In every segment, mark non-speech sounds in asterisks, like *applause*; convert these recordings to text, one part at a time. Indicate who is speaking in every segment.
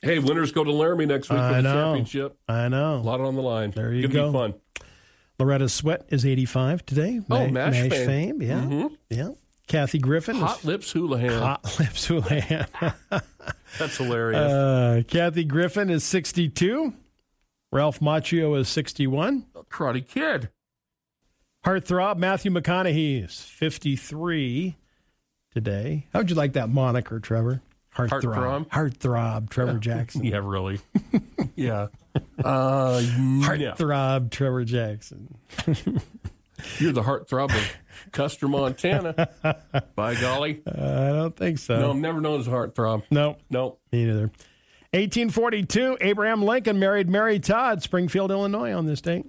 Speaker 1: Hey, winners go to Laramie next week for
Speaker 2: I
Speaker 1: the
Speaker 2: know.
Speaker 1: championship.
Speaker 2: I
Speaker 1: A
Speaker 2: know.
Speaker 1: lot on the line.
Speaker 2: There you
Speaker 1: Could
Speaker 2: go.
Speaker 1: be fun.
Speaker 2: Loretta Sweat is 85 today.
Speaker 1: Oh,
Speaker 2: Ma-
Speaker 1: MASH fame.
Speaker 2: Yeah. Yeah. Kathy Griffin. is
Speaker 1: Mm-hmm. Hot Lips Houlihan.
Speaker 2: Hot *laughs*
Speaker 1: *laughs*
Speaker 2: Lips Houlihan.
Speaker 1: That's hilarious.
Speaker 2: Uh, Kathy Griffin is 62. Ralph Macchio is 61.
Speaker 1: Oh, Karate Kid.
Speaker 2: Heartthrob Matthew McConaughey is 53 today. How would you like that moniker, Trevor?
Speaker 1: Heartthrob?
Speaker 2: Heartthrob. Heartthrob, Trevor Jackson.
Speaker 1: Yeah,
Speaker 2: *laughs*
Speaker 1: really. yeah. Uh, *laughs* yeah.
Speaker 2: Heartthrob, Trevor Jackson.
Speaker 1: You're the heartthrob of Custer,
Speaker 2: *laughs*
Speaker 1: Montana. By golly.
Speaker 2: I don't think so.
Speaker 1: No, I'm never known as a heartthrob.
Speaker 2: no
Speaker 1: No.
Speaker 2: me neither. 1842, Abraham Lincoln married Mary Todd, Springfield, Illinois, on this date.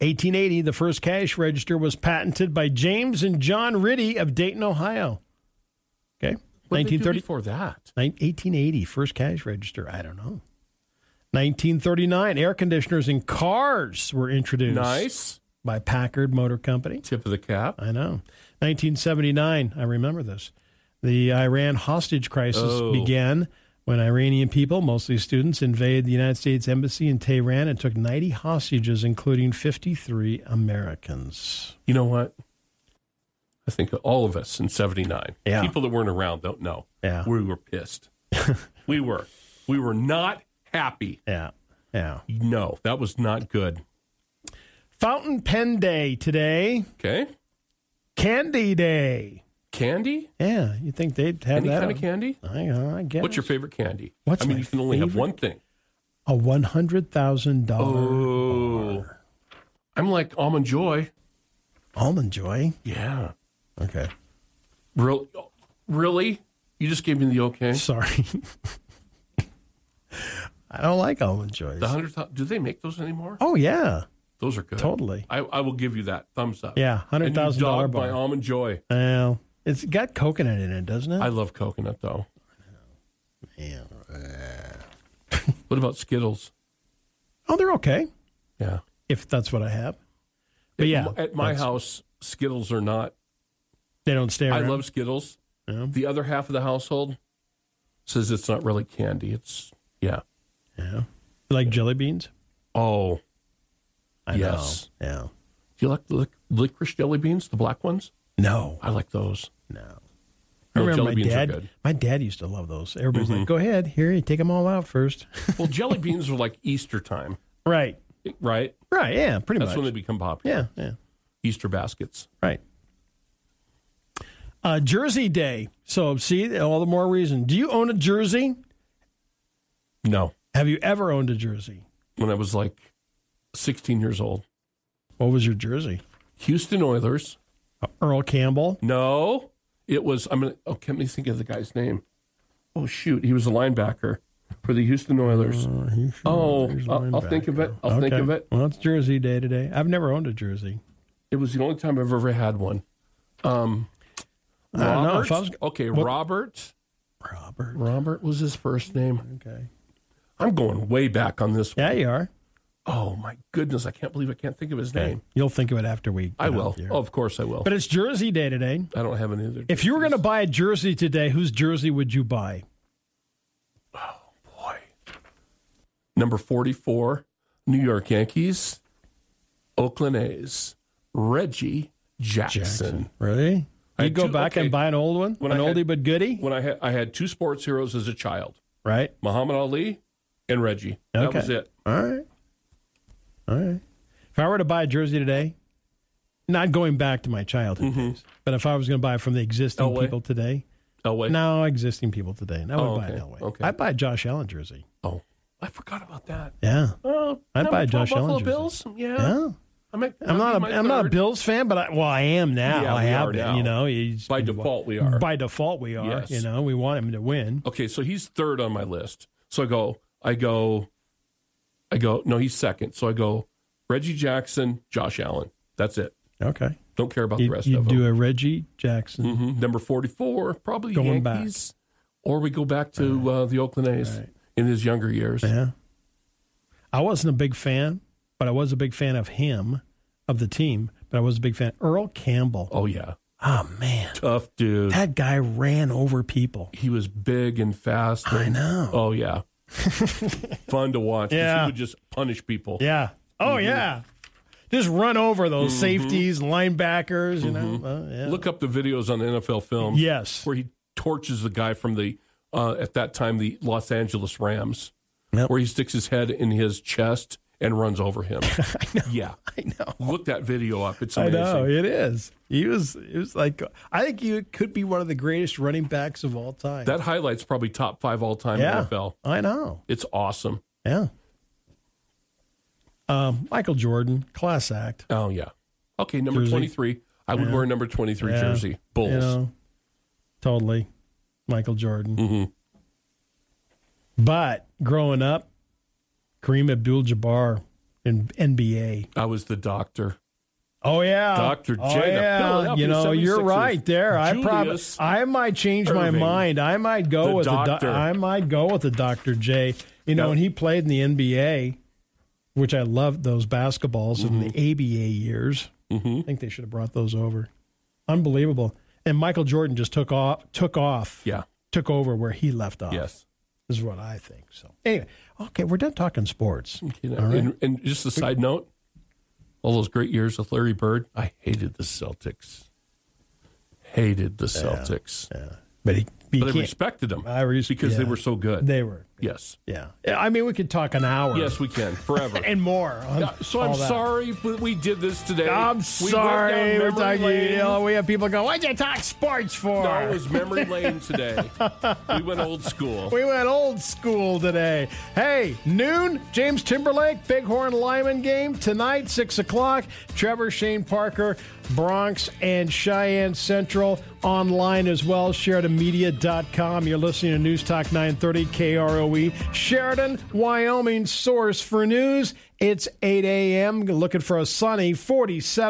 Speaker 2: 1880, the first cash register was patented by James and John Riddy of Dayton, Ohio. Okay.
Speaker 1: What'd they do
Speaker 2: 1930.
Speaker 1: before that.
Speaker 2: Nin- 1880, first cash register. I don't know. 1939, air conditioners in cars were introduced
Speaker 1: Nice.
Speaker 2: by Packard Motor Company.
Speaker 1: Tip of the cap.
Speaker 2: I know. 1979, I remember this. The Iran hostage crisis
Speaker 1: Oh.
Speaker 2: began when Iranian people, mostly students, invaded the United States embassy in Tehran and took 90 hostages, including 53 Americans.
Speaker 1: You know what? I think all of us in 79,
Speaker 2: Yeah.
Speaker 1: people that weren't around don't know.
Speaker 2: Yeah.
Speaker 1: We were
Speaker 2: *laughs*
Speaker 1: pissed. we were. We were not happy.
Speaker 2: Yeah. Yeah.
Speaker 1: No, that was not good.
Speaker 2: Fountain Pen Day today,
Speaker 1: Okay.
Speaker 2: Candy Day.
Speaker 1: Candy?
Speaker 2: Yeah, you think they'd have
Speaker 1: Any
Speaker 2: that?
Speaker 1: kind of
Speaker 2: on-
Speaker 1: candy?
Speaker 2: I, uh, I guess.
Speaker 1: What's your favorite candy?
Speaker 2: What's
Speaker 1: I mean,
Speaker 2: my
Speaker 1: you can only have
Speaker 2: favorite?
Speaker 1: one thing.
Speaker 2: a one hundred thousand dollar
Speaker 1: Oh. I'm like almond joy.
Speaker 2: almond joy?
Speaker 1: Yeah.
Speaker 2: Okay,
Speaker 1: Real, really? You just gave me the okay.
Speaker 2: sorry. *laughs* I don't like almond joys.
Speaker 1: The hundred. Do they make those anymore?
Speaker 2: Oh yeah,
Speaker 1: Those are good.
Speaker 2: totally.
Speaker 1: I, I will give you that thumbs up.
Speaker 2: Yeah,
Speaker 1: And
Speaker 2: hundred
Speaker 1: you
Speaker 2: thousand dollar
Speaker 1: dogged my
Speaker 2: bar.
Speaker 1: almond joy.
Speaker 2: Well, it's got coconut in it, doesn't it?
Speaker 1: I love coconut though.
Speaker 2: yeah.
Speaker 1: What about Skittles?
Speaker 2: Oh, they're okay
Speaker 1: Yeah.
Speaker 2: if that's what I have. But yeah,
Speaker 1: At my
Speaker 2: that's-
Speaker 1: house, Skittles are not.
Speaker 2: they don't stay
Speaker 1: I
Speaker 2: around.
Speaker 1: love Skittles.
Speaker 2: Yeah.
Speaker 1: The other half of the household says it's not really candy. It's yeah.
Speaker 2: Yeah. You like jelly beans.
Speaker 1: Oh,
Speaker 2: I
Speaker 1: Yes.
Speaker 2: know. Yeah.
Speaker 1: do you like lic- licorice jelly beans, the black ones?
Speaker 2: No.
Speaker 1: I like those.
Speaker 2: No. I
Speaker 1: No,
Speaker 2: remember
Speaker 1: jelly
Speaker 2: my
Speaker 1: beans are
Speaker 2: dad.
Speaker 1: good. Mm-hmm.
Speaker 2: My dad used to love those. Everybody's like, "Go ahead, here, you take them all out first. *laughs*
Speaker 1: Well, jelly beans are like Easter time,
Speaker 2: right,
Speaker 1: right?
Speaker 2: right, yeah, pretty
Speaker 1: That's
Speaker 2: much.
Speaker 1: when they become popular.
Speaker 2: yeah, yeah,
Speaker 1: Easter baskets.
Speaker 2: right. Uh, jersey Day. So, see, all the more reason. Do you own a jersey?
Speaker 1: No,
Speaker 2: Have you ever owned a jersey?
Speaker 1: when I was like 16 years old,
Speaker 2: What was your jersey?
Speaker 1: Houston Oilers.
Speaker 2: Earl Campbell.
Speaker 1: No, it was. I'm gonna. Oh, can't me think of the guy's name. Oh shoot, he was a linebacker for the Houston Oilers. Oh, I'll, I'll think of it. I'll think
Speaker 2: Okay.
Speaker 1: of it.
Speaker 2: Well, it's Jersey Day today. I've never owned a jersey.
Speaker 1: It was the only time I've ever had one. Um,
Speaker 2: I don't know if
Speaker 1: Robert.
Speaker 2: I was-
Speaker 1: okay,
Speaker 2: what-
Speaker 1: Robert.
Speaker 2: Robert.
Speaker 1: Robert was his first name.
Speaker 2: Okay.
Speaker 1: I'm going way back on this. one.
Speaker 2: Yeah, you are.
Speaker 1: Oh my goodness, I can't believe I can't think of his name.
Speaker 2: You'll think of it after we.
Speaker 1: I
Speaker 2: get off
Speaker 1: will.
Speaker 2: the air.
Speaker 1: Oh, of course I will.
Speaker 2: But it's Jersey Day today.
Speaker 1: I don't have any other.
Speaker 2: If you were going to buy a jersey today, whose jersey would you buy?
Speaker 1: boy, number forty-four, New York Yankees, Oakland A's, Reggie Jackson.
Speaker 2: Really?
Speaker 1: I
Speaker 2: You'd go
Speaker 1: do-
Speaker 2: back
Speaker 1: okay.
Speaker 2: and buy an old one,
Speaker 1: When
Speaker 2: an
Speaker 1: I had-
Speaker 2: oldie but goodie,
Speaker 1: When I had I had two sports heroes as a child,
Speaker 2: right?
Speaker 1: Muhammad Ali and Reggie. That
Speaker 2: Okay.
Speaker 1: was it.
Speaker 2: All right, all right. If I were to buy a jersey today, not going back to my childhood
Speaker 1: Mm-hmm.
Speaker 2: days, but if I was going to buy it from the existing
Speaker 1: Elway?
Speaker 2: people today,
Speaker 1: Elway.
Speaker 2: no existing people today, and I would
Speaker 1: Oh,
Speaker 2: buy an
Speaker 1: okay.
Speaker 2: Elway.
Speaker 1: Okay.
Speaker 2: I'd buy a Josh Allen jersey.
Speaker 1: Oh, I forgot about that.
Speaker 2: Yeah,
Speaker 1: Oh,
Speaker 2: I'd
Speaker 1: number
Speaker 2: buy a
Speaker 1: 12
Speaker 2: Josh Allen
Speaker 1: Buffalo Bills.
Speaker 2: jersey.
Speaker 1: Yeah.
Speaker 2: yeah.
Speaker 1: I might,
Speaker 2: I'm not. A, I'm not a Bills fan, but I, well, I am now.
Speaker 1: Yeah,
Speaker 2: I
Speaker 1: we
Speaker 2: have
Speaker 1: are
Speaker 2: been.
Speaker 1: now.
Speaker 2: You know, you-
Speaker 1: By default, we are.
Speaker 2: By default, we are.
Speaker 1: Yes.
Speaker 2: You know, we want him to win.
Speaker 1: okay, so he's third on my list. So I go, I go, I go. No, he's second. So I go, Reggie Jackson, Josh Allen. That's it.
Speaker 2: Okay.
Speaker 1: Don't care about the
Speaker 2: You,
Speaker 1: rest
Speaker 2: you
Speaker 1: of
Speaker 2: do
Speaker 1: them.
Speaker 2: a Reggie Jackson.
Speaker 1: Mhm. Number forty-four, probably
Speaker 2: Going back.
Speaker 1: Yankees, or we go back to uh, the Oakland A's in his younger years.
Speaker 2: Yeah. I wasn't a big fan, but I was a big fan of him, of the team. But I was a big fan. Earl Campbell.
Speaker 1: Oh yeah,
Speaker 2: Oh man,
Speaker 1: Tough dude.
Speaker 2: that guy ran over people.
Speaker 1: he was big and fast.
Speaker 2: I
Speaker 1: and-
Speaker 2: know.
Speaker 1: Oh
Speaker 2: *laughs*
Speaker 1: yeah, fun to watch. 'cause
Speaker 2: Yeah.
Speaker 1: he would just punish people.
Speaker 2: Yeah. Oh yeah. Just run over those safeties, linebackers. You know. Uh, yeah.
Speaker 1: Look up the videos on NFL Films
Speaker 2: Yes.
Speaker 1: where he torches the guy from the uh, at that time the Los Angeles Rams,
Speaker 2: Yep.
Speaker 1: where he sticks his head in his chest and runs over him.
Speaker 2: *laughs* I know.
Speaker 1: yeah,
Speaker 2: I know.
Speaker 1: look that video up. It's
Speaker 2: I
Speaker 1: amazing.
Speaker 2: know it is. He was. It was like I think he could be one of the greatest running backs of all time.
Speaker 1: That highlight's probably top five all time
Speaker 2: yeah.
Speaker 1: NFL.
Speaker 2: I know.
Speaker 1: It's awesome.
Speaker 2: Yeah. Um, Michael Jordan, class act.
Speaker 1: Oh yeah. Okay, number
Speaker 2: Jersey.
Speaker 1: twenty three. I would wear number twenty three
Speaker 2: Yeah.
Speaker 1: jersey. Bulls.
Speaker 2: You know, totally. Michael Jordan.
Speaker 1: Mm-hmm.
Speaker 2: But growing up, Kareem Abdul Jabbar in NBA.
Speaker 1: I was the doctor.
Speaker 2: Oh yeah,
Speaker 1: Dr.
Speaker 2: Oh,
Speaker 1: J, the
Speaker 2: yeah.
Speaker 1: Philadelphia
Speaker 2: You know, you're
Speaker 1: 76ers.
Speaker 2: right there. I probably,
Speaker 1: Julius
Speaker 2: I might change my
Speaker 1: Irving.
Speaker 2: mind. I might go
Speaker 1: The
Speaker 2: with the.
Speaker 1: doctor.
Speaker 2: doc- I might go with the Dr. J. You know,
Speaker 1: Yep.
Speaker 2: and he played in the NBA, which I loved those basketballs in
Speaker 1: Mm-hmm.
Speaker 2: the ABA years. I think they should have brought those over. Unbelievable. And Michael Jordan just took off. Took off.
Speaker 1: Yeah.
Speaker 2: Took over where he left off.
Speaker 1: Yes.
Speaker 2: is what I think. So anyway, okay, we're done talking sports.
Speaker 1: You know, and, and just a side note, all those great years with Larry Bird, I hated the Celtics. Hated the Celtics.
Speaker 2: Uh, But he, he
Speaker 1: But I
Speaker 2: can't-
Speaker 1: respected them
Speaker 2: I res-
Speaker 1: because they
Speaker 2: yeah.
Speaker 1: were so good.
Speaker 2: they were.
Speaker 1: yes.
Speaker 2: Yeah. I mean, we could talk an hour.
Speaker 1: Yes, we can.
Speaker 2: *laughs*
Speaker 1: Forever. Uh,
Speaker 2: And more. on
Speaker 1: so
Speaker 2: all
Speaker 1: I'm
Speaker 2: that.
Speaker 1: sorry that we did this today. We went
Speaker 2: I'm
Speaker 1: down
Speaker 2: sorry. We're
Speaker 1: memory
Speaker 2: talking.
Speaker 1: lane.
Speaker 2: You know, we have people going, "Why'd you talk sports for?"
Speaker 1: No, it was memory
Speaker 2: *laughs*
Speaker 1: lane today. We went old school.
Speaker 2: we went old school today. Hey, noon. James Timberlake, Bighorn Lyman game tonight, six o'clock. Trevor Shane Parker, Bronx and Cheyenne Central online as well. SheridanMedia.com. You're listening to News Talk 930 KROE, E, Sheridan, Wyoming, source for news. It's 8 a.m. Looking for a sunny 47.